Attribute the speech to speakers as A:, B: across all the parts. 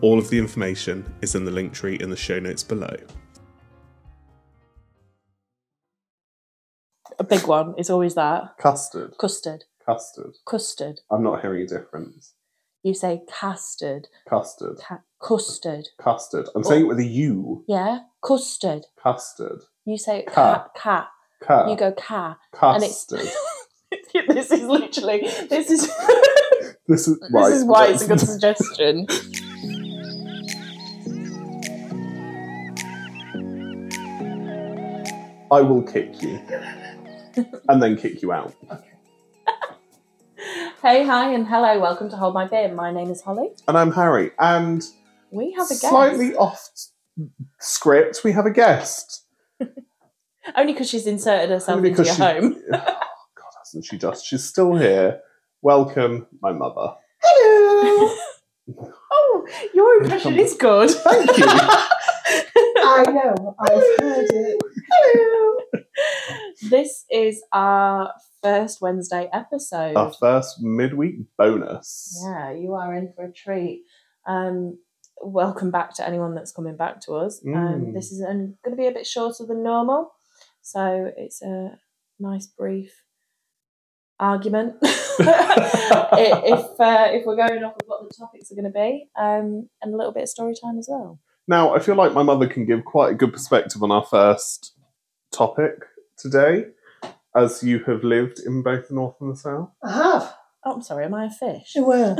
A: All of the information is in the link tree in the show notes below.
B: A big one is always that.
A: Custard.
B: Custard.
A: Custard.
B: Custard.
A: I'm not hearing a difference.
B: You say custard.
A: Custard.
B: Ca- custard.
A: Custard.
B: Oh.
A: I'm saying it with a U.
B: Yeah? Custard.
A: Custard.
B: You say
A: Ca.
B: ca. Ca.
A: Ca.
B: You go ca. And it's.
A: Custard.
B: this is literally. This is.
A: This is,
B: this is why it's a good suggestion.
A: I will kick you. and then kick you out.
B: Hey, hi, and hello. Welcome to Hold My Beer. My name is Holly.
A: And I'm Harry. And
B: We have a guest.
A: slightly off script, we have a guest.
B: Only because she's inserted herself
A: Only
B: into your
A: because she-
B: home.
A: oh, God, hasn't she just? She's still here. Welcome, my mother. Hello.
B: Oh, your impression is good.
A: Thank you.
C: I know. I've heard it.
B: this is our first Wednesday episode.
A: Our first midweek bonus.
B: Yeah, you are in for a treat. Um, welcome back to anyone that's coming back to us. Um,
A: Mm.
B: this is um, going to be a bit shorter than normal, so it's a nice brief argument. I- if uh, if we're going off of what the topics are going to be, um, and a little bit of story time as well.
A: Now, I feel like my mother can give quite a good perspective on our first topic today, as you have lived in both the north and the south.
C: I have.
B: Oh, I'm sorry, am I a fish?
C: You were.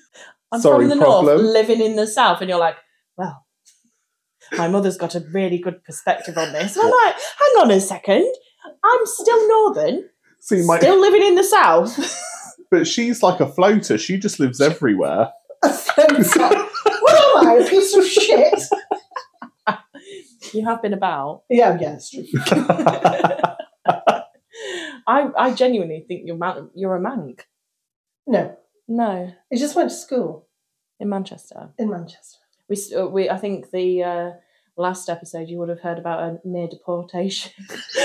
B: I'm
A: Sorry,
B: from the north,
A: problem.
B: living in the south, and you're like, well, my mother's got a really good perspective on this. And I'm like, hang on a second, I'm still northern,
A: See, my
B: still living in the south.
A: but she's like a floater. She just lives everywhere.
C: A floater. what am I? A piece of shit?
B: you have been about.
C: Yeah, yeah, that's true.
B: I, I genuinely think you're man- you're a mank.
C: No,
B: No,
C: I just went to school
B: in Manchester,
C: in Manchester.
B: we s- uh, we I think the uh, last episode you would have heard about a near deportation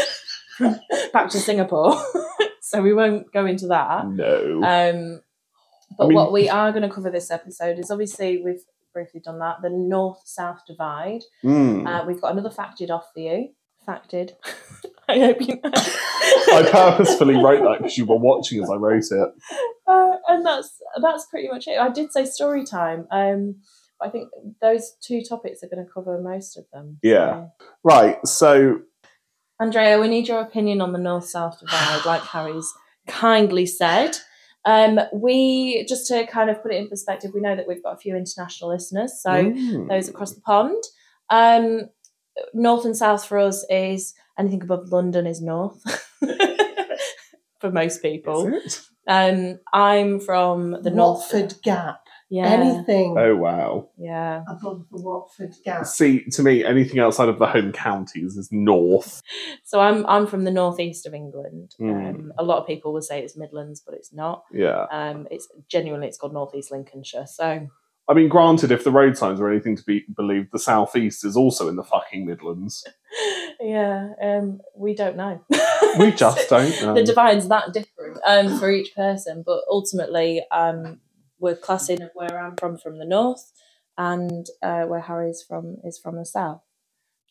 B: back to Singapore. so we won't go into that.
A: no.
B: Um, but
A: I mean-
B: what we are going to cover this episode is obviously we've briefly done that the north south divide.
A: Mm.
B: Uh, we've got another facted off for you. Facted. I hope you know.
A: I purposefully wrote that because you were watching as I wrote it.
B: Uh, and that's that's pretty much it. I did say story time. Um, but I think those two topics are going to cover most of them.
A: Yeah. Right, so
B: Andrea, we need your opinion on the North South divide, like Harry's kindly said. Um, we just to kind of put it in perspective, we know that we've got a few international listeners, so
A: Mm.
B: those across the pond. Um, north and south for us is anything above London is north for most people.
A: Is it?
B: Um, I'm from the north.
C: Watford Gap.
B: Yeah,
C: Anything
A: Oh wow.
B: yeah.
C: above the Watford Gap.
A: See, to me, anything outside of the home counties is north.
B: So I'm I'm from the northeast of England.
A: Mm.
B: Um, a lot of people will say it's Midlands, but it's not.
A: Yeah.
B: Um, it's genuinely it's called Northeast Lincolnshire. So
A: I mean, granted, if the road signs are anything to be believed, the southeast is also in the fucking Midlands.
B: yeah, um, we don't know.
A: We just don't know.
B: the divide's that different um, for each person, but ultimately, um, we're classing of where I'm from from the north, and uh, where Harry's from is from the south.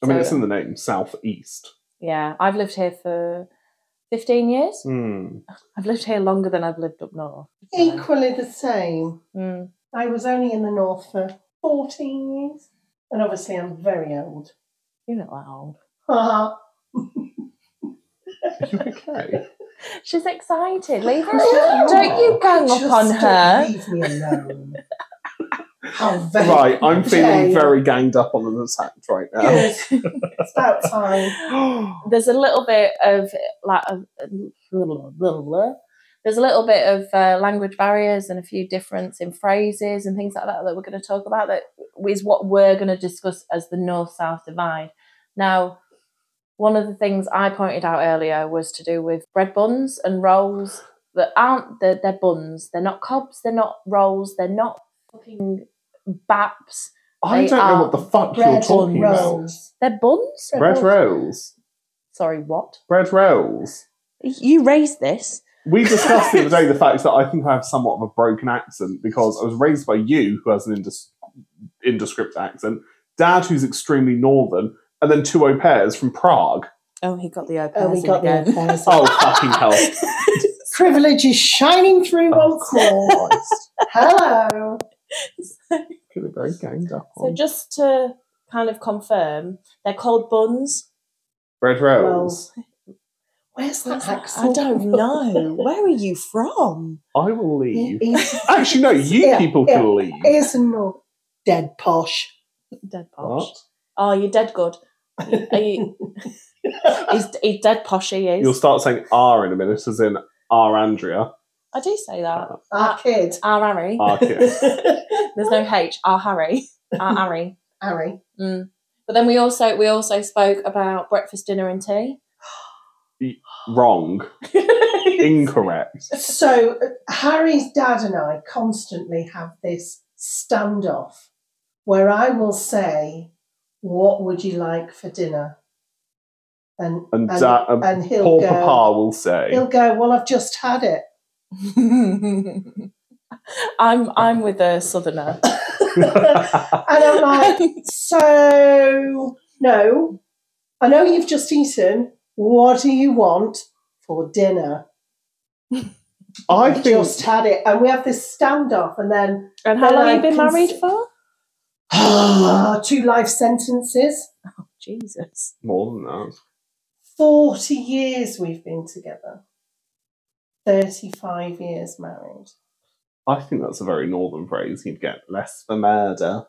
A: I mean,
B: So,
A: it's in the name, southeast.
B: yeah, I've lived here for fifteen years.
A: Mm. Hmm.
B: I've lived here longer than I've lived up north. so,
C: Equally the same.
B: mm,
C: I was only in the north for 14 years. And obviously, I'm very old.
B: you're not that old.
C: Haha.
A: Are you okay?
B: She's excited. Leave her.
C: Just
B: Don't you gang up
C: just
B: on
C: don't
B: her.
C: Leave me alone. How very
A: Right, I'm feeling
C: Jay.
A: very ganged up on an attack right now.
C: good. it's about time.
B: there's a little bit of like a, there's a little bit of uh, language barriers and a few difference in phrases and things like that that we're going to talk about that is what we're going to discuss as the north south divide now one of the things i pointed out earlier was to do with bread buns and rolls that aren't they're, they're buns they're not cobs they're not rolls they're not fucking baps
A: I
B: They
A: don't know
B: are
A: what the fuck you're
C: Bread
A: talking
C: and
A: about.
C: rolls.
B: they're buns
A: Bread rolls.
B: sorry what
A: Bread rolls.
B: you raised this
A: We discussed the other day the fact that I think I have somewhat of a broken accent because I was raised by you, who has an indis- indescript accent, dad, who's extremely northern, and then two au pairs from Prague.
B: oh he got the open
C: Oh, we got there. There's-
A: Oh, fucking hell.
C: Privilege is shining through
A: Oh,
C: once more.
A: Christ.
C: Hello.
A: Feeling very ganged up
B: So
A: on.
B: just to kind of confirm, they're called buns.
A: Bread rolls.
C: Where's that
B: I
C: accent?
B: don't know. Where are you from?
A: I will leave.
C: He's,
A: Actually, no, you
C: Yeah,
A: people
C: yeah.
A: can leave.
C: he's not dead posh.
B: Dead posh.
A: What?
B: Oh, you're dead good. Are you, he's, he's dead posh. He is.
A: You'll start saying R in a minute, as in R. Andrea.
B: I do say that.
C: Our kid.
B: R Harry.
A: R. Kid.
B: There's no H. R Harry. R Harry.
C: Harry.
B: Mm. But then we also we also spoke about breakfast, dinner, and tea.
A: Wrong. Incorrect.
C: So uh, Harry's dad and I constantly have this standoff where I will say, "What would you like for dinner?" And
A: And, da- and
C: and he'll
A: poor
C: go.
A: Papa will say.
C: He'll go, "Well, I've just had it."
B: I'm I'm with a southerner.
C: And I'm like, So, no, I know you've just eaten. What do you want for dinner?
A: I
C: I've
A: think
C: just had it. And we have this standoff, and then
B: And how
C: Well,
B: long
C: I
B: have you been
C: can
B: married
C: see-
B: for?
C: two life sentences.
B: Jesus.
A: more than that.
C: 40 years we've been together, 35 years married.
A: I think that's a very northern phrase. You'd get less for murder.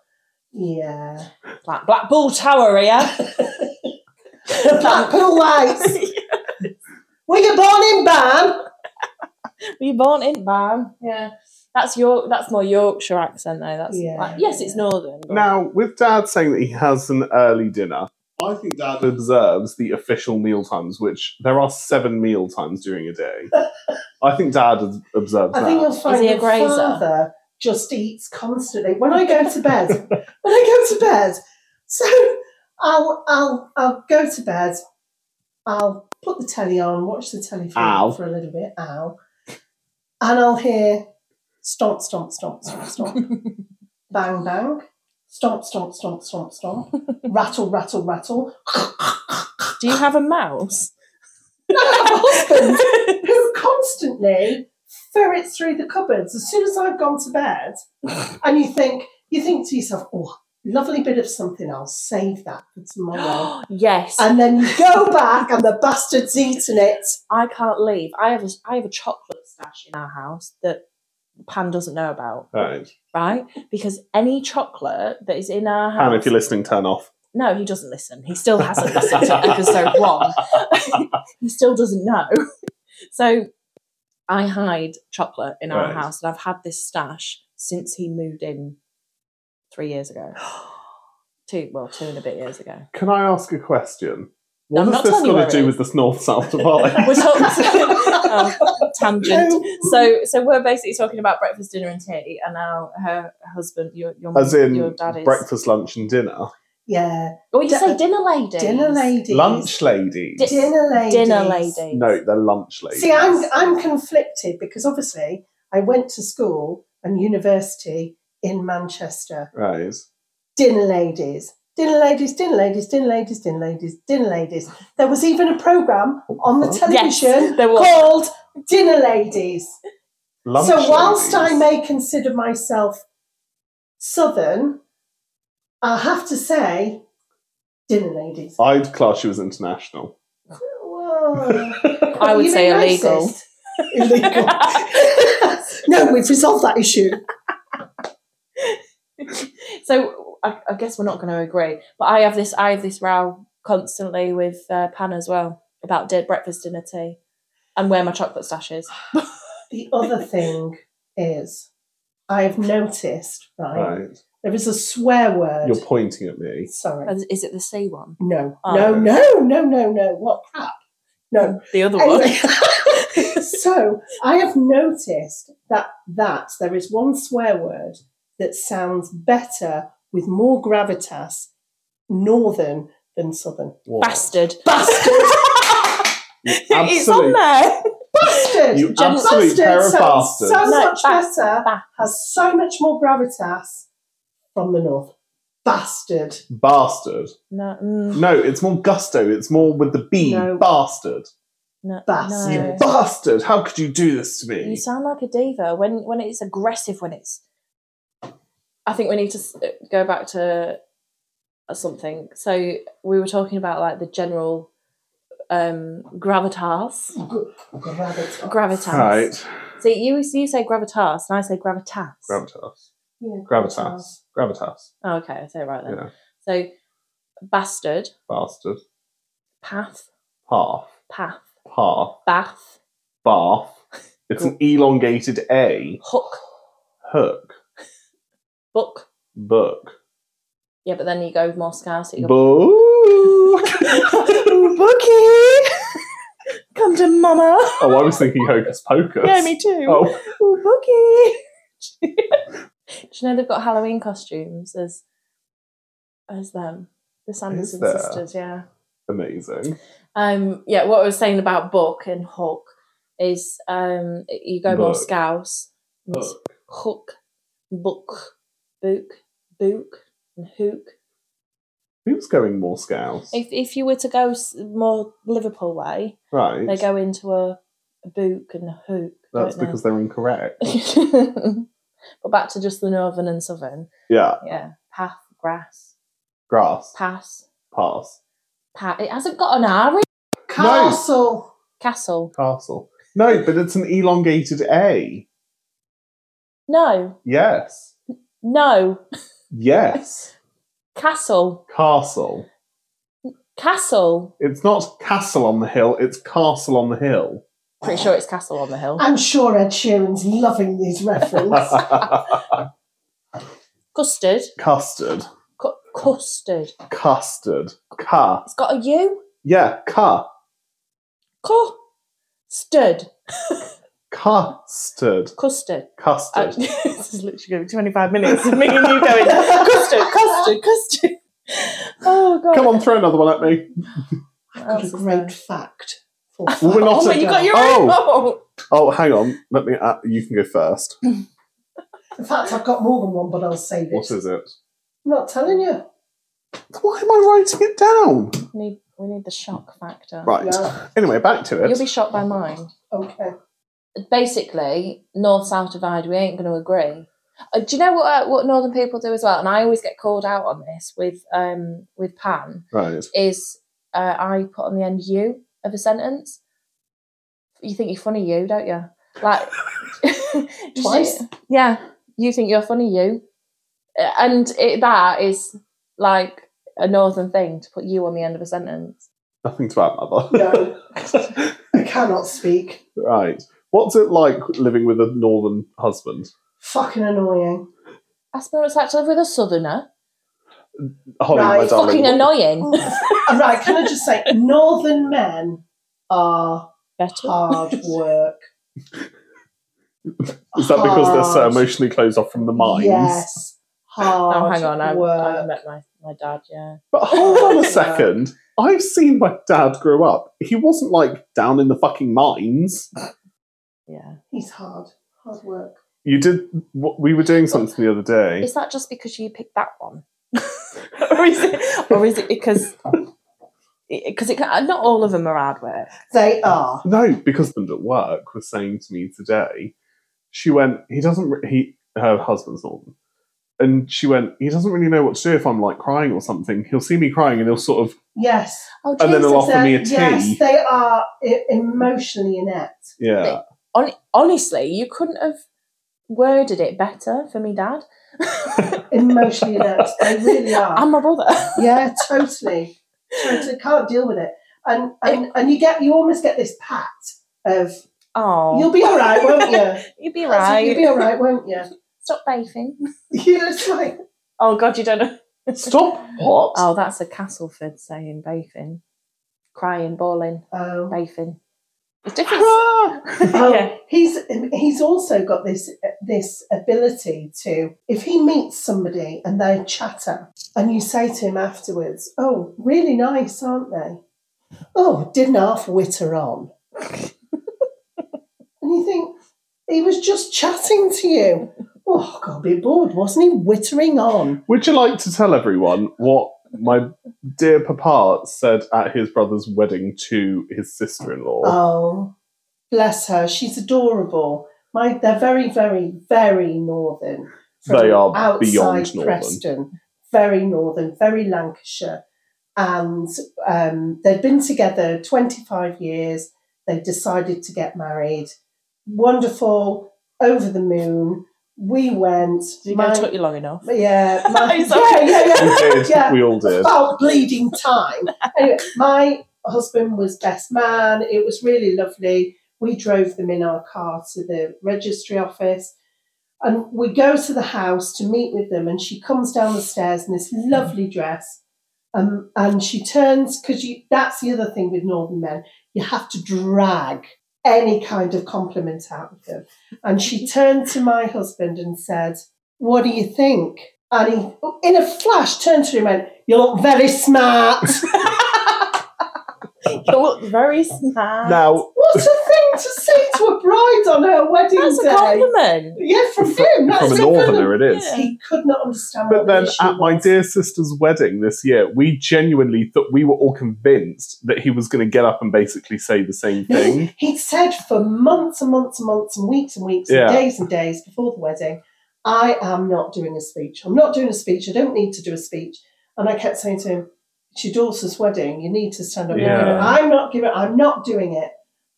C: Yeah.
B: Black Black Bull Tower, yeah.
C: Blackpool Lights. Were you born in Barn?
B: Were you born in Barn? Yeah. That's York. That's more Yorkshire accent, though. That's
C: Yeah.
B: like, yes, it's northern. but-
A: Now, with Dad saying that he has an early dinner, I think Dad observes the official meal times, which there are seven meal times during a day. I think Dad ob- observes
C: I
A: that.
C: think you'll find
B: he a
C: your
B: grazer?
C: father just eats constantly. When I go to bed, when I go to bed, so I'll I'll I'll go to bed. I'll put the telly on, watch the telly for,
A: Ow.
C: for a little bit, ow, and I'll hear stomp, stomp, stomp, stomp, stomp, bang, bang, stomp, stomp, stomp, stomp, stomp, rattle, rattle, rattle.
B: do you have a mouse?
C: husband who constantly ferrets through the cupboards as soon as I've gone to bed, and you think you think to yourself, "Oh, lovely bit of something. I'll save that for tomorrow."
B: yes.
C: Oh, and then you go back, and the bastard's eaten it.
B: I can't leave. I have a I have a chocolate stash in our house that Pan doesn't know about,
A: Right.
B: right? Because any chocolate that is in our house.
A: Pam, if you're listening, turn off.
B: no, he doesn't listen. He still hasn't listened to episode one. he still doesn't know. So I hide chocolate in our
A: Right.
B: house, and I've had this stash since he moved in three years ago. Two, well, two and a bit years ago.
A: Can I ask a question? What
B: No, I'm
A: has
B: not
A: this
B: telling you
A: got
B: where
A: to
B: it
A: do
B: is.
A: with this north south divide?
B: We're talking oh, tangent. So, so we're basically talking about breakfast, dinner, and tea, and now her husband, your your
A: As in
B: your dad is.
A: breakfast, lunch, and dinner.
C: Yeah,
B: Oh, you
C: di-
B: say dinner lady.
C: dinner ladies.
A: Lunch ladies.
B: Di-
C: Dinner ladies.
B: Dinner lady.
A: No, they're lunch ladies.
C: See, I'm I'm conflicted because obviously I went to school and university in Manchester.
A: Right.
C: dinner ladies, dinner ladies, dinner ladies, dinner ladies, dinner ladies, dinner ladies. There was even a program on the
B: Yes,
C: television
B: there was.
C: called Dinner Ladies.
A: Lunch
C: so whilst
A: ladies.
C: I may consider myself southern, I have to say dinner ladies.
A: I'd class you as international.
C: Whoa.
B: Oh. I would
C: You
B: say
C: mean
B: illegal.
C: racist? illegal. no, we've resolved that issue.
B: So I, I guess we're not going to agree, but I have this I have this row constantly with uh, Pan as well about di- breakfast, dinner, tea, and where my chocolate stash is.
C: The other thing is, I've noticed, right,
A: Right.
C: there is a swear word.
A: You're pointing at me.
C: Sorry.
B: Is is it the C one?
C: No,
A: Ah.
B: Oh.
C: no, no, no, no, no. What crap? No.
B: The other
C: Anyway, so I have noticed that that there is one swear word that sounds better with more gravitas northern than southern.
A: What?
B: bastard.
C: Bastard!
A: You
B: it's on
A: absolute-
B: there.
C: Bastard!
A: You absolute
C: bastard
A: pair of
C: sounds
A: bastards.
C: so
B: No,
C: much
B: bas-
C: better,
B: bas-
C: has so much more gravitas from the north. Bastard.
A: Bastard.
B: No, mm,
A: No, it's more gusto. It's more with the B.
C: No.
A: Bastard.
B: no,
C: Bastard.
B: no.
A: Bastard. How could you do this to me?
B: You sound like a diva when when it's aggressive. When it's, I think we need to s- uh, go back to uh, something. So we were talking about like the general um, gravitas,
C: Gravitas.
B: gravitas.
A: Right.
B: So you you say gravitas, and I say gravitas.
A: Gravitas.
C: Yeah,
A: Gravitas. Gravitas.
B: oh, okay, I say it right then.
A: Yeah.
B: So bastard,
A: Bastard.
B: path,
A: Path.
B: path,
A: Path.
B: bath,
A: Bath. It's an elongated A.
B: hook,
A: Hook.
B: book.
A: Book.
B: Yeah, but then you go more scarce. You go,
A: Boo.
B: Bookie, come to mama.
A: Oh, I was thinking hocus pocus.
B: Yeah, me too.
A: Oh,
B: Ooh, boogie. Do you know they've got Halloween costumes as as them, the Sanderson
A: there?
B: sisters? Yeah.
A: amazing.
B: Um. Yeah. What I was saying about Book and Hook is um you go more
A: Book.
B: scouse. and it's
A: Book.
B: Hook, book, book, book, and hook.
A: Who's going more scouse?
B: If if you were to go s- more Liverpool way,
A: Right.
B: they go into a, a book and a hook.
A: That's
B: don't
A: because they're incorrect.
B: they? but back to just the northern and southern.
A: Yeah.
B: Yeah, path, grass,
A: Grass.
B: pass,
A: Pass.
B: pat. It hasn't got an R. in-
C: Castle.
B: Castle.
A: Castle. No, but it's an elongated A.
B: No,
A: Yes.
B: no,
A: Yes.
B: castle,
A: Castle.
B: castle.
A: It's not castle on the hill, it's castle on the hill.
B: Pretty sure it's castle on the hill.
C: I'm sure Ed Sheeran's loving these references.
B: Custard,
A: Custard.
B: cu- custard.
A: Custard. Ca.
B: It's got a U.
A: Yeah, ca.
B: Custard,
A: Custard.
B: custard. Oh. I-
A: Custard.
B: this is literally going to be twenty-five minutes of me and Uh, you going custard, custard, custard. Oh god!
A: Come on, throw another one at me.
C: I've got a
B: That's
C: great fact. for-
A: Well, we're not
B: Oh, but you got your own.
A: Oh, hang on. Let me. Uh, you can go first.
C: In fact, I've got more than one, but I'll save it.
A: What is it?
C: I'm not telling you.
A: Why am I writing it down?
B: We need, we need the shock factor.
A: Right.
C: No.
A: Anyway, back to
B: You'll
A: it.
B: be shocked by mine.
C: Okay.
B: basically north south divide we ain't going to agree uh, do you know what uh, what northern people do as well and i always get called out on this with um with pan
A: Right.
B: is uh, i put on the end you of a sentence you think you're funny you don't you like
C: Twice.
B: yeah you think you're funny you Uh, and it, that is like a northern thing to put you on the end of a sentence
A: Nothing to that, mother.
C: No, I cannot speak.
A: right. What's it like living with a northern husband?
C: Fucking annoying.
B: i suppose it's like to live with a southerner
A: Holly,
C: Right,
A: my darling.
B: fucking annoying
C: All right, can I just say, northern men are
B: better
C: hard work.
A: is that because they're so
C: Hard.
A: emotionally closed off from the mines?
C: Yes. Hard
B: Oh, hang on. I, I
C: work.
B: met my, my dad, yeah.
A: But hold on a second. I've seen my dad grow up. He wasn't like down in the fucking mines.
B: Yeah.
C: He's hard. Hard work.
A: You did. wh- We were doing something the other day.
B: Is that just because you picked that one? or, is it, or is it because. Because it, can- not all of them are hard work.
C: They are.
A: No, because husband at work was saying to me today, she went, he doesn't, re- he, her husband's Northern. And she went, he doesn't really know what to do if I'm like crying or something. He'll see me crying and he'll sort of,
C: Yes.
B: Oh,
A: And then a
B: Jesus.
A: lot- Offer
C: They're-
A: me a tea.
C: Yes, they are e- emotionally inept.
A: yeah.
B: Hon- honestly, you couldn't have worded it better for me, Dad.
C: emotionally inept. They really are.
B: and my brother.
C: yeah, totally. Totally can't deal with it. And and, and you get you almost get this pat of
B: Oh,
C: you'll be all right, won't you?
B: You'll be
C: That's it,
B: right.
C: You'll be all right, won't you?
B: Stop bathing.
C: You know, it's like
B: Oh God, you don't know.
A: Stop what?
B: Oh, that's a Castleford saying: bathing, crying, bawling,
C: oh,
B: bathing. It's different.
A: Ah!
C: oh,
B: yeah.
C: he's he's also got this this ability to if he meets somebody and they chatter and you say to him afterwards, "Oh, really nice, aren't they?" Oh, didn't half witter on, and you think he was just chatting to you. Oh, got a bit bored, wasn't he? Wittering on.
A: Would you like to tell everyone what my dear papa said at his brother's wedding to his sister in law?
C: Oh, bless her. She's adorable. My, they're very, very, very northern. from
A: They are
C: outside
A: beyond northern.
C: Preston, very northern, very Lancashire, and um, they'd been together twenty-five years. They decided to get married. Wonderful, over the moon. We went.
B: You
C: my-
B: know, it took you long enough.
C: yeah, my,
B: It's
C: yeah,
B: okay.
C: yeah, yeah.
A: we did.
C: Yeah. Oh,
A: We all did.
C: About bleeding time. anyway, my husband was best man. It was really lovely. We drove them in our car to the registry office. And we go to the house to meet with them, and she comes down the stairs in this lovely dress. Um, and she turns, because that's the other thing with Northern men, you have to drag any kind of compliment out of them. And she turned to my husband and said, What do you think? And he, in a flash, turned to him and went, You look very smart.
B: You look very smart.
A: Now,
C: What a thing to say to a bride on her wedding
B: that's a
C: day.
B: compliment.
C: Yeah, from him. That's
A: from a
C: a compliment.
A: northerner, it is.
B: Yeah.
C: He could not understand.
A: But
C: what the
A: then
C: issue
A: at my
C: was.
A: dear sister's wedding this year, we genuinely thought we were all convinced that he was going to get up and basically say the same thing.
C: He'd said for months and months and months and weeks and weeks
A: Yeah.
C: and days and days before the wedding, I am not doing a speech. I'm not doing a speech. I don't need to do a speech. And I kept saying to him, It's your daughter's wedding. You need to stand up. and
A: Yeah.
C: do it." I'm not giving I'm not doing it.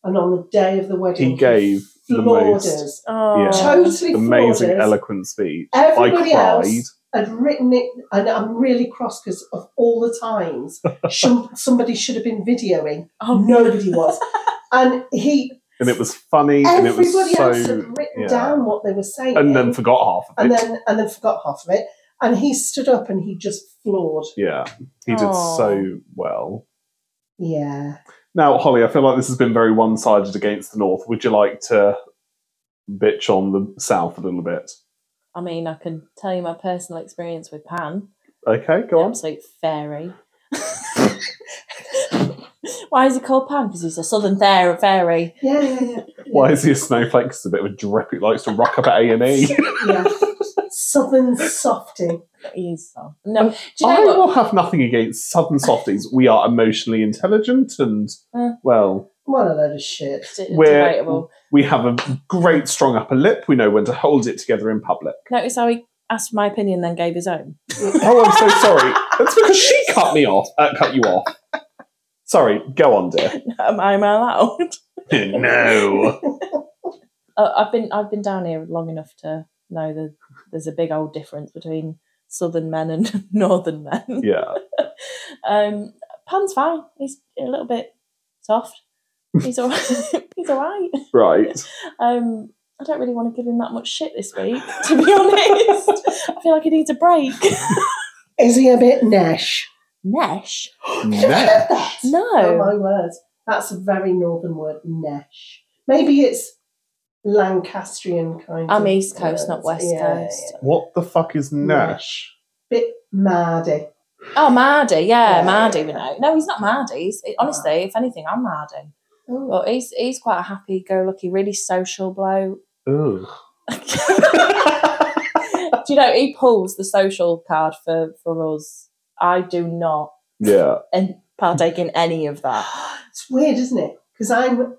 C: And on the day of the wedding,
A: He gave the
C: floored
A: most
C: us.
B: Oh,
A: Yeah.
C: Totally
A: amazing,
C: floored us.
A: eloquent speech.
C: Everybody
A: I cried.
C: else had written it, and I'm really cross because of all the times shum- somebody should have been videoing.
B: Oh.
C: Nobody was. And he,
A: And it was funny, and it
C: everybody
A: was so.
C: else had written
A: yeah.
C: down what they were saying,
A: And then forgot half of
C: and
A: it.
C: then and then forgot half of it. And he stood up and he just floored.
A: yeah, he did
B: Aw.
A: so well.
C: Yeah,
A: Now, Holly, I feel like this has been very one sided against the North. Would you like to bitch on the South a little bit?
B: I mean, I can tell you my personal experience with Pan.
A: Okay, go on.
B: Absolute fairy. Why is he called Pan? Because he's a southern fair- fairy.
C: yeah, yeah, yeah.
A: Why is he a snowflake? 'Cause He's a bit of a drip who likes to rock up at A and E.
C: yeah. Southern softy.
B: He is so. oh, No, do you
A: Oh, I
B: know what?
A: will have nothing against southern softies. We are emotionally intelligent, and
B: Mm.
A: well,
C: What a load of shit.
B: It's
A: We're-
B: debatable.
A: we have a great strong upper lip. We know when to hold it together in public.
B: Notice how he asked for my opinion, then gave his own.
A: Oh, I'm so sorry. That's because she cut me off. Uh, cut you off. Sorry. Go on, dear.
B: Am I am I allowed?
A: no.
B: Uh, I've been I've been down here long enough to know that there's a big old difference between southern men and northern men.
A: Yeah.
B: Um, Pan's fine. He's a little bit soft. He's all right. He's all right.
A: Right.
B: Um, I don't really want to give him that much shit this week, to be honest. I feel like he needs a break.
C: Is he a bit nesh?
B: Nesh?
A: No.
C: Oh
B: No.
C: my word. That's a very northern word, nesh. Maybe it's Lancastrian kind
B: I'm
C: of
B: East Coast, not
C: words.
B: West
C: Yeah,
B: Coast.
A: What the fuck is
C: yeah.
A: Nash?
C: Bit mardy.
B: Oh, Mardy. Yeah,
C: Yeah.
B: Mardy, we know. No, he's not Mardy. He's, honestly, if anything, I'm Mardy.
C: Oh.
B: But he's, he's quite a happy go lucky, really social bloke.
A: Ugh.
B: do you know, he pulls the social card for, for us. I do not
A: Yeah.
B: and partake in any of that.
C: It's weird, isn't it? Because I'm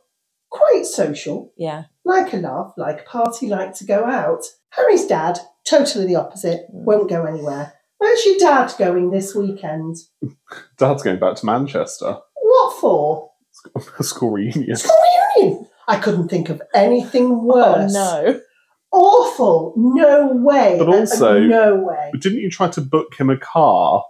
C: quite social,
B: Yeah.
C: like a laugh, like a party, like to go out. Harry's dad, totally the opposite,
B: Hmm.
C: won't go anywhere. Where's your dad going this weekend?
A: Dad's going back to Manchester.
C: What for?
A: School reunion.
C: School reunion. I couldn't think of anything
B: Oh,
C: worse.
B: no.
C: awful. No way. Uh,
A: But also-
C: no way.
A: But didn't you try to book him a car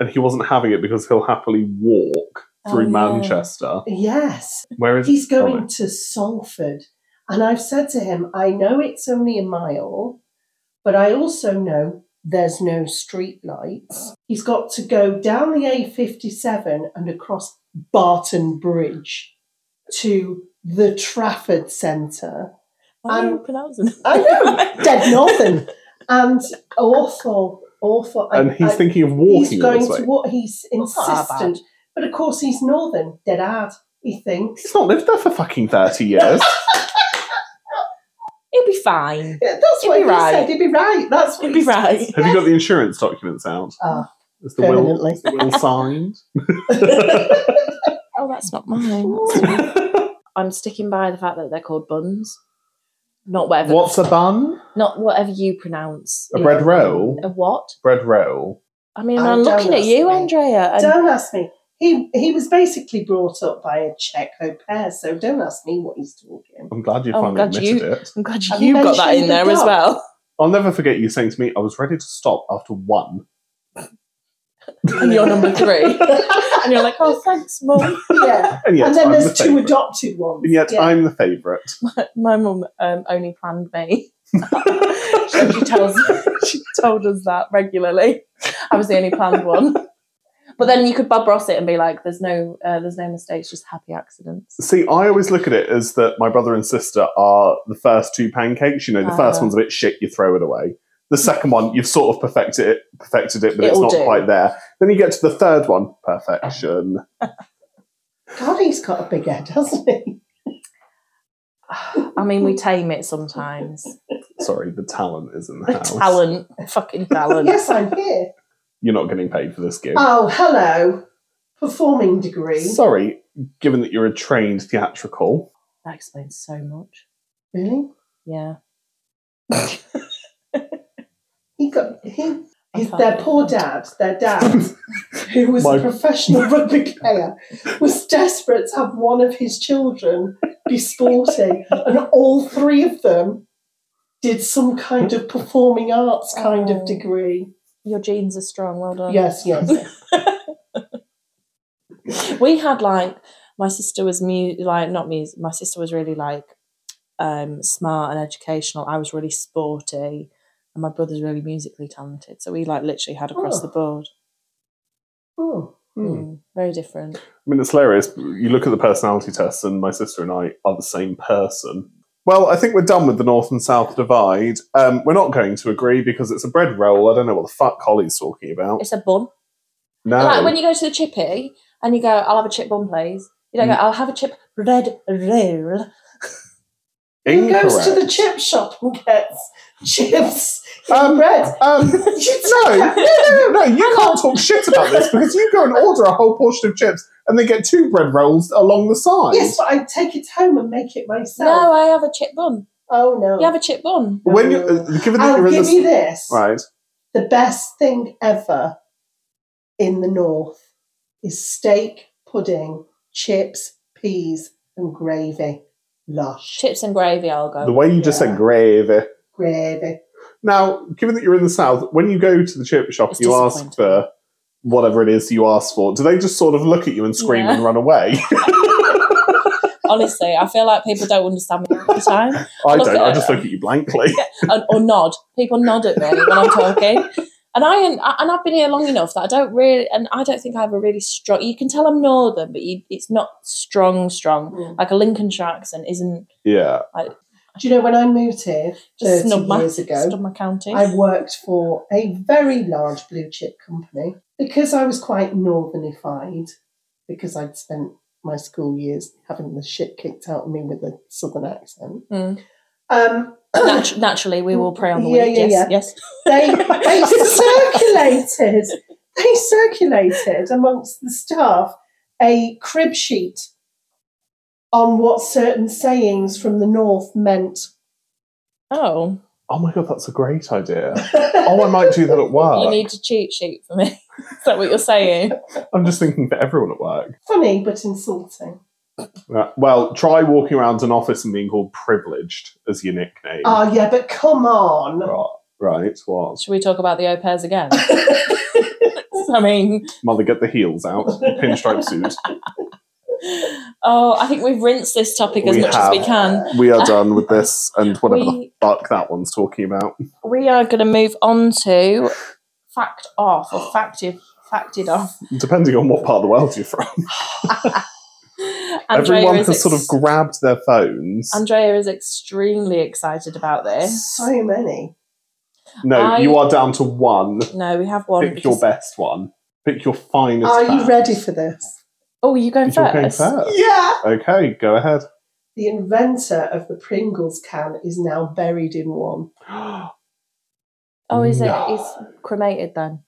A: and he wasn't having it because he'll happily walk
B: Oh,
A: through
B: yeah.
A: Manchester?
C: Yes,
A: Where is
C: he's
A: Oh, no.
C: going to Salford, and I've said to him, I know it's only a mile, but I also know there's no street lights. He's got to go down the A57 and across Barton Bridge to the Trafford Centre.
B: Why are you
C: Um,
B: pronouncing it?
C: I know, dead northern, and awful, awful. I-
A: And he's
C: I-
A: thinking of walking
C: he's going
A: all this
C: to
A: way.
C: what he's
B: That's not that bad.
C: insistent. But of course, he's northern, dead hard. He thinks
A: He's not lived there for fucking 30 years.
B: It'll be fine.
C: Yeah, that's
B: He'd
C: what
B: be
C: he
B: right.
C: said. He'd be right. That's what
B: It'll be
C: he said.
B: right.
A: Have you got the insurance documents out?
C: Ah,
A: Is the will,
C: permanently.
A: is the will signed?
B: Oh, that's not mine. I'm sticking by the fact that they're called buns. Not whatever.
A: What's a bun?
B: Not whatever you pronounce.
A: A bread roll?
B: A what?
A: Bread roll.
B: I mean,
C: Oh,
B: I'm
C: don't
B: looking at
C: ask
B: you,
C: me.
B: Andrea. and-
C: Don't ask me. He he was basically brought up by a Czech au pair, so don't ask me what he's talking.
A: I'm glad you
B: Oh, I'm
A: finally
B: glad
A: admitted it.
B: I'm glad
C: Have
B: you
C: you
B: got that
C: mentioned
B: in
C: the
B: there as
C: dog?
B: well.
A: I'll never forget you saying to me, I was ready to stop after one.
B: And you're number three. and you're like, oh, thanks, mum.
C: Yeah,
A: And yet,
C: and then
A: I'm
C: there's
A: the
C: two
A: favourite.
C: adopted ones.
A: And yet,
C: yeah.
A: I'm the favourite.
B: My mum um, only planned me. she, she tells, she told us that regularly. I was the only planned one. But then you could Bob Ross it and be like, "There's no, uh, there's no mistakes, just happy accidents."
A: See, I always look at it as that my brother and sister are the first two pancakes. You know, the first
B: Ah.
A: one's a bit shit, you throw it away. The second one, you've sort of perfected it, perfected it, but it's
B: It'll
A: not
B: do.
A: quite there. Then you get to the third one, perfection.
C: God, he's got a big head, hasn't he?
B: I mean, we tame it sometimes.
A: Sorry, the talent is in the house.
B: Talent, fucking talent.
C: yes, I'm here.
A: You're not getting paid for this gig.
C: Oh, hello, performing degree.
A: Sorry, given that you're a trained theatrical.
B: That explains so much.
C: really?
B: Yeah.
C: He got he.
B: I
C: His,
B: can't
C: their
B: believe
C: poor
B: it.
C: dad, their dad, who was
A: My-
C: a professional rugby player, was desperate to have one of his children be sporting, and all three of them did some kind of performing arts kind
B: Oh.
C: of degree.
B: Your genes are strong. Well done.
C: Yes, yes.
B: we had like my sister was mu- like not music my sister was really like um smart and educational i was really sporty and my brother's really musically talented so we like literally had across
C: Oh.
B: the board
C: Oh,
A: Hmm.
B: Mm, very different
A: I mean, it's hilarious. You look at the personality tests, and my sister and I are the same person. Well, I think we're done with the North and South divide. Um, we're not going to agree because it's a bread roll. I don't know what the fuck Holly's talking about.
B: it's a bun
A: No.
B: like when you go to the chippy and you go i'll have a chip bun please you
A: Hmm.
B: don't go i'll have a chip red roll
C: Who goes to the
A: Incorrect.
C: chip shop and gets chips
A: Um,
C: and bread?
A: um, no, no, no, no, no, you can't talk shit about this because you go and order a whole portion of chips and they get two bread rolls along the side.
C: Yes, but I take it home and make it myself.
B: no i have a chip bun
C: Oh no!
B: you have a chip bun
A: But when you, uh, given that
C: I'll
A: you're in
C: give
A: this,
C: you this.
A: right,
C: the best thing ever in the north is steak, pudding, chips, peas, and gravy. Lush.
B: chips and gravy i'll go
A: the way you just
C: yeah.
A: said gravy.
C: Gravy.
A: Now, given that you're in the south, when you go to the chip shop,
B: It's
A: you ask
B: disappointing.
A: for whatever it is you ask for. Do they just sort of look at you and scream
B: Yeah.
A: and run away?
B: honestly i feel like people don't understand me all the time
A: I
B: Look
A: don't.
B: at
A: I
B: her.
A: just look at you blankly.
B: and, or nod. People nod at me when I'm talking. And I and I've been here long enough that I don't really and I don't think I have a really strong. You can tell I'm northern, but you, it's not strong, strong. Like a Lincolnshire accent isn't
A: yeah.
C: Do you know when I moved here
B: just
C: 30
B: snub my
C: years ago?
B: snub my county.
C: I worked for a very large blue chip company because I was quite northernified because I'd spent my school years having the shit kicked out of me with a southern accent.
B: Mm.
C: Um,
B: Natu- naturally, we will prey on the
C: Yeah,
B: weak.
C: yeah,
B: yes,
C: yeah.
B: yes.
C: they, they circulated they circulated amongst the staff a crib sheet on what certain sayings from the north meant.
B: Oh,
A: Oh my god, that's a great idea. Oh, I might do that at
B: you
A: work.
B: need to cheat sheet for me. Is that what you're saying?
A: I'm just thinking for everyone at work.
C: Funny but insulting.
A: Uh, Well, try walking around an office and being called privileged as your nickname.
C: Oh, yeah, but come on.
A: Right, right, what?
B: Should we talk about the au pairs again? I mean,
A: Mother, get the heels out. Pinstripe suit.
B: oh, I think we've rinsed this topic as
A: We
B: much as we
A: have.
B: can.
A: We are done with this and whatever
B: We-
A: the fuck that one's talking about.
B: We are going to move on to fact off or facted, facted off.
A: Depending on what part of the world you're from. Everyone has sort of grabbed their phones.
B: Andrea is extremely excited about this.
C: So many.
A: no,
B: I-
A: you are down to one.
B: No, we have one.
A: Pick your
B: because-
A: best one. Pick your finest.
C: Are you
A: fact.
C: ready for this?
B: Oh, you going
A: You're going
B: first?
A: first.
C: Yeah.
A: Okay, go ahead.
C: The inventor of the Pringles can is now buried in one.
B: Oh, is
A: No.
B: it? It's cremated then.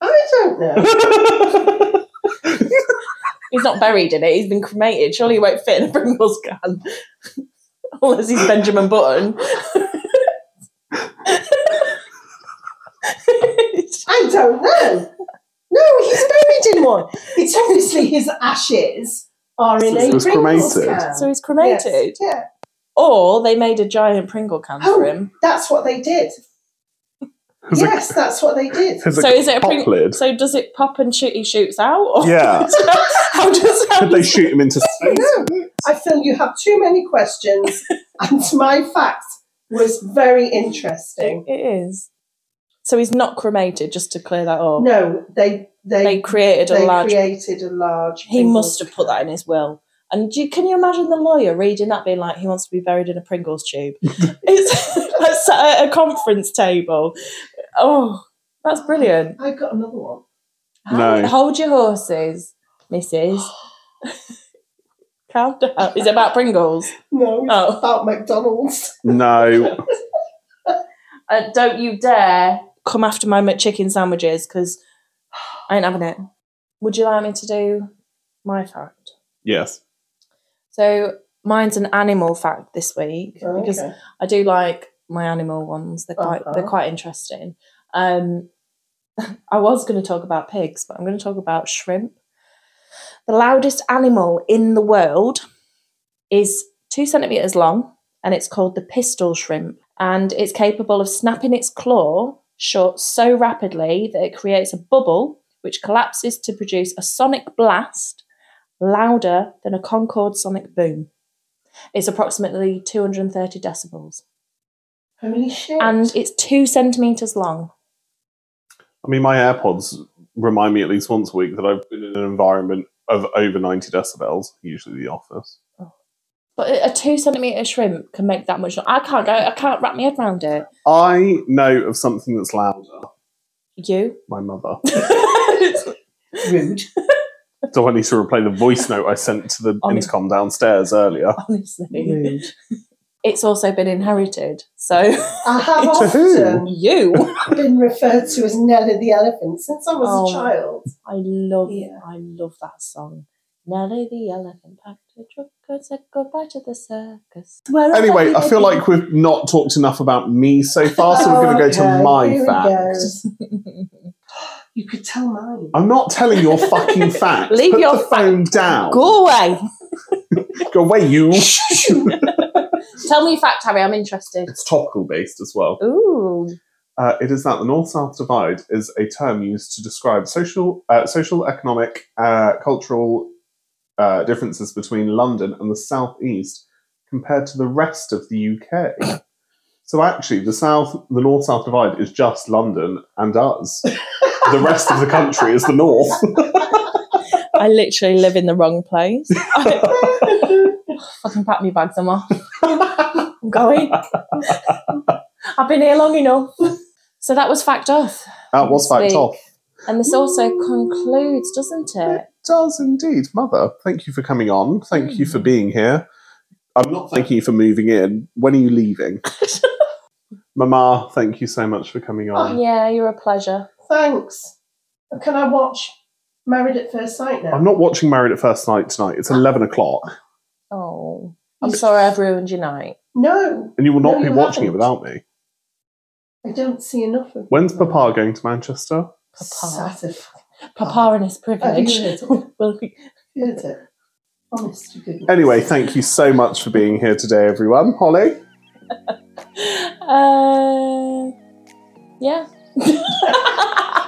C: I don't know.
B: He's not buried in it. He's been cremated. Surely he won't fit in a Pringles can, unless he's Benjamin Button.
C: I don't know. No, he's buried in one. It's obviously his ashes are in
A: So
C: a
A: it was
C: Pringles
A: cremated.
C: can.
B: so he's
C: Yes,
B: cremated,
C: Yeah,
B: or they made a giant Pringle can for
C: Oh,
B: him.
C: that's what they did.
A: Has a-
C: yes, that's what they did.
A: has a
B: So is it a Oh.
A: pop
B: Pring-
A: lid?
B: So does it pop and shoot? He shoots out. Or
A: Yeah.
B: how does
A: Could
B: that?
A: they shoot him into
C: I
A: space?
C: know. I feel you have too many questions, and my fact was very interesting.
B: It is. So he's not cremated. Just to clear that up.
C: No, they they
B: they
C: they,
B: created a large.
C: created a large.
B: he
C: Pringles
B: must have put that in his will. And do you, can you imagine the lawyer reading that, being like, "He wants to be buried in a Pringles tube." it's like sat at a conference table. Oh, that's brilliant.
C: I got another one.
A: No.
B: Hold your horses, Mrs. Calm down. Is it about Pringles?
C: No, it's
B: Oh.
C: about McDonald's.
A: No.
B: Uh, don't you dare come after my McChicken sandwiches because I ain't having it. Would you like me to do my fact?
A: Yes.
B: So mine's an animal fact this week because
C: Okay.
B: I do like my animal ones. They're quite
C: Uh-huh.
B: they're quite interesting. Um, I was going to talk about pigs, but I'm going to talk about shrimp. The loudest animal in the world is two centimeters long, and it's called the pistol shrimp, and it's capable of snapping its claw short so rapidly that it creates a bubble which collapses to produce a sonic blast louder than a Concorde sonic boom. It's approximately 230 decibels
C: Holy shit!
B: and it's two centimeters long.
A: I mean, my AirPods remind me at least once a week that I've been in an environment of over 90 decibels, usually the office.
B: But a a two centimeter shrimp can make that much. no- I can't go. I can't wrap my head around it.
A: I know of something that's louder.
B: You.
A: My mother.
C: rude.
A: So I need to replay the voice note I sent to the
B: On it.
A: intercom downstairs earlier.
B: Honestly, it's also been inherited. So
C: I have
A: To
C: often
B: you.
C: been referred to as Nelly the elephant since I was
B: Oh.
C: a child.
B: I love.
C: Yeah.
B: I love that song. Nelly the elephant packed a truck and said goodbye to the circus. Where are
A: Anyway, I feel
B: everybody?
A: like we've not talked enough about me so far, so we're going
B: Oh,
A: to go to
C: Oh, Okay, here
A: my
C: we
A: fact.
C: You could tell mine.
A: I'm not telling your fucking fact.
B: Leave
A: Put
B: your
A: the phone down.
B: Go away.
A: Go away, you.
B: Tell me a fact, Harry. I'm interested.
A: It's topical based as well.
B: Ooh.
A: Uh, it is that the North-South divide is a term used to describe social, uh, social, economic, uh, cultural uh, differences between London and the Southeast compared to the rest of the UK. so actually, the South, the North-South divide is just London and us. the rest of the country is the North.
B: I literally live in the wrong place. fucking pack my bags, I'm off. I'm going. I've been here long enough. So that was fact off.
A: That was fact
B: Sweet.
A: off.
B: And this also concludes, doesn't it?
A: It does indeed, Mother. Thank you for coming on. Thank you for being here. I'm not thanking you for moving in. When are you leaving? Mama, thank you so much for coming on.
B: Oh, Yeah, you're a pleasure.
C: Thanks. Can I watch Married at First Sight now?
A: I'm not watching Married at First Night tonight. It's 11 o'clock,
B: Oh. I'm sorry I've ruined your night.
C: no,
A: and you will not
C: No,
A: be
C: you
A: watching it
C: haven't.
A: without me.
C: I don't see enough of.
A: When's Papa going to Manchester?
B: Papa.
C: Saturday.
B: Papa and his
C: Have Oh,
B: privilege.
C: you heard it?
B: Will be-
C: Heard it? Honest to goodness.
D: Anyway, thank you so much for being here today, everyone. Holly?
B: Uh, yeah.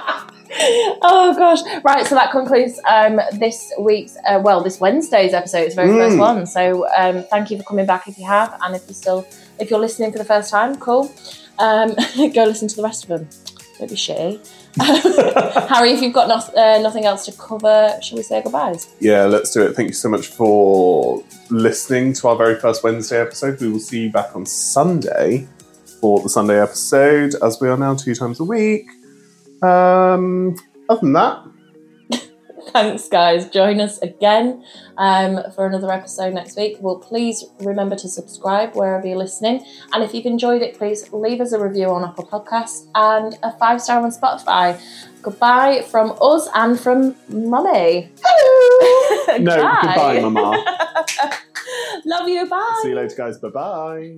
B: oh gosh! Right, so that concludes um, this week's, uh, well, this Wednesday's episode. It's the very first
D: Mm.
B: one. So um, thank you for coming back if you have, and if you still, if you're listening for the first time, cool. Um, go listen to the rest of them. Don't be shitty. Harry, if you've got no- uh, nothing else to cover, shall we say goodbyes?
D: Yeah, let's do it. Thank you so much for listening to our very first Wednesday episode. We will see you back on Sunday for the Sunday episode, as we are now two times a week. Um, other than that,
B: Thanks, guys. Join us again um, for another episode next week. Well, please remember to subscribe wherever you're listening. And if you've enjoyed it, please leave us a review on Apple Podcasts and a five star on Spotify. Goodbye from us and from Mummy. Hello.
D: no, goodbye, Mama.
B: Love you. Bye.
D: see you later, guys. Bye bye.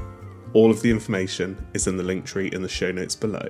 A: All of the information is in the link tree in the show notes below.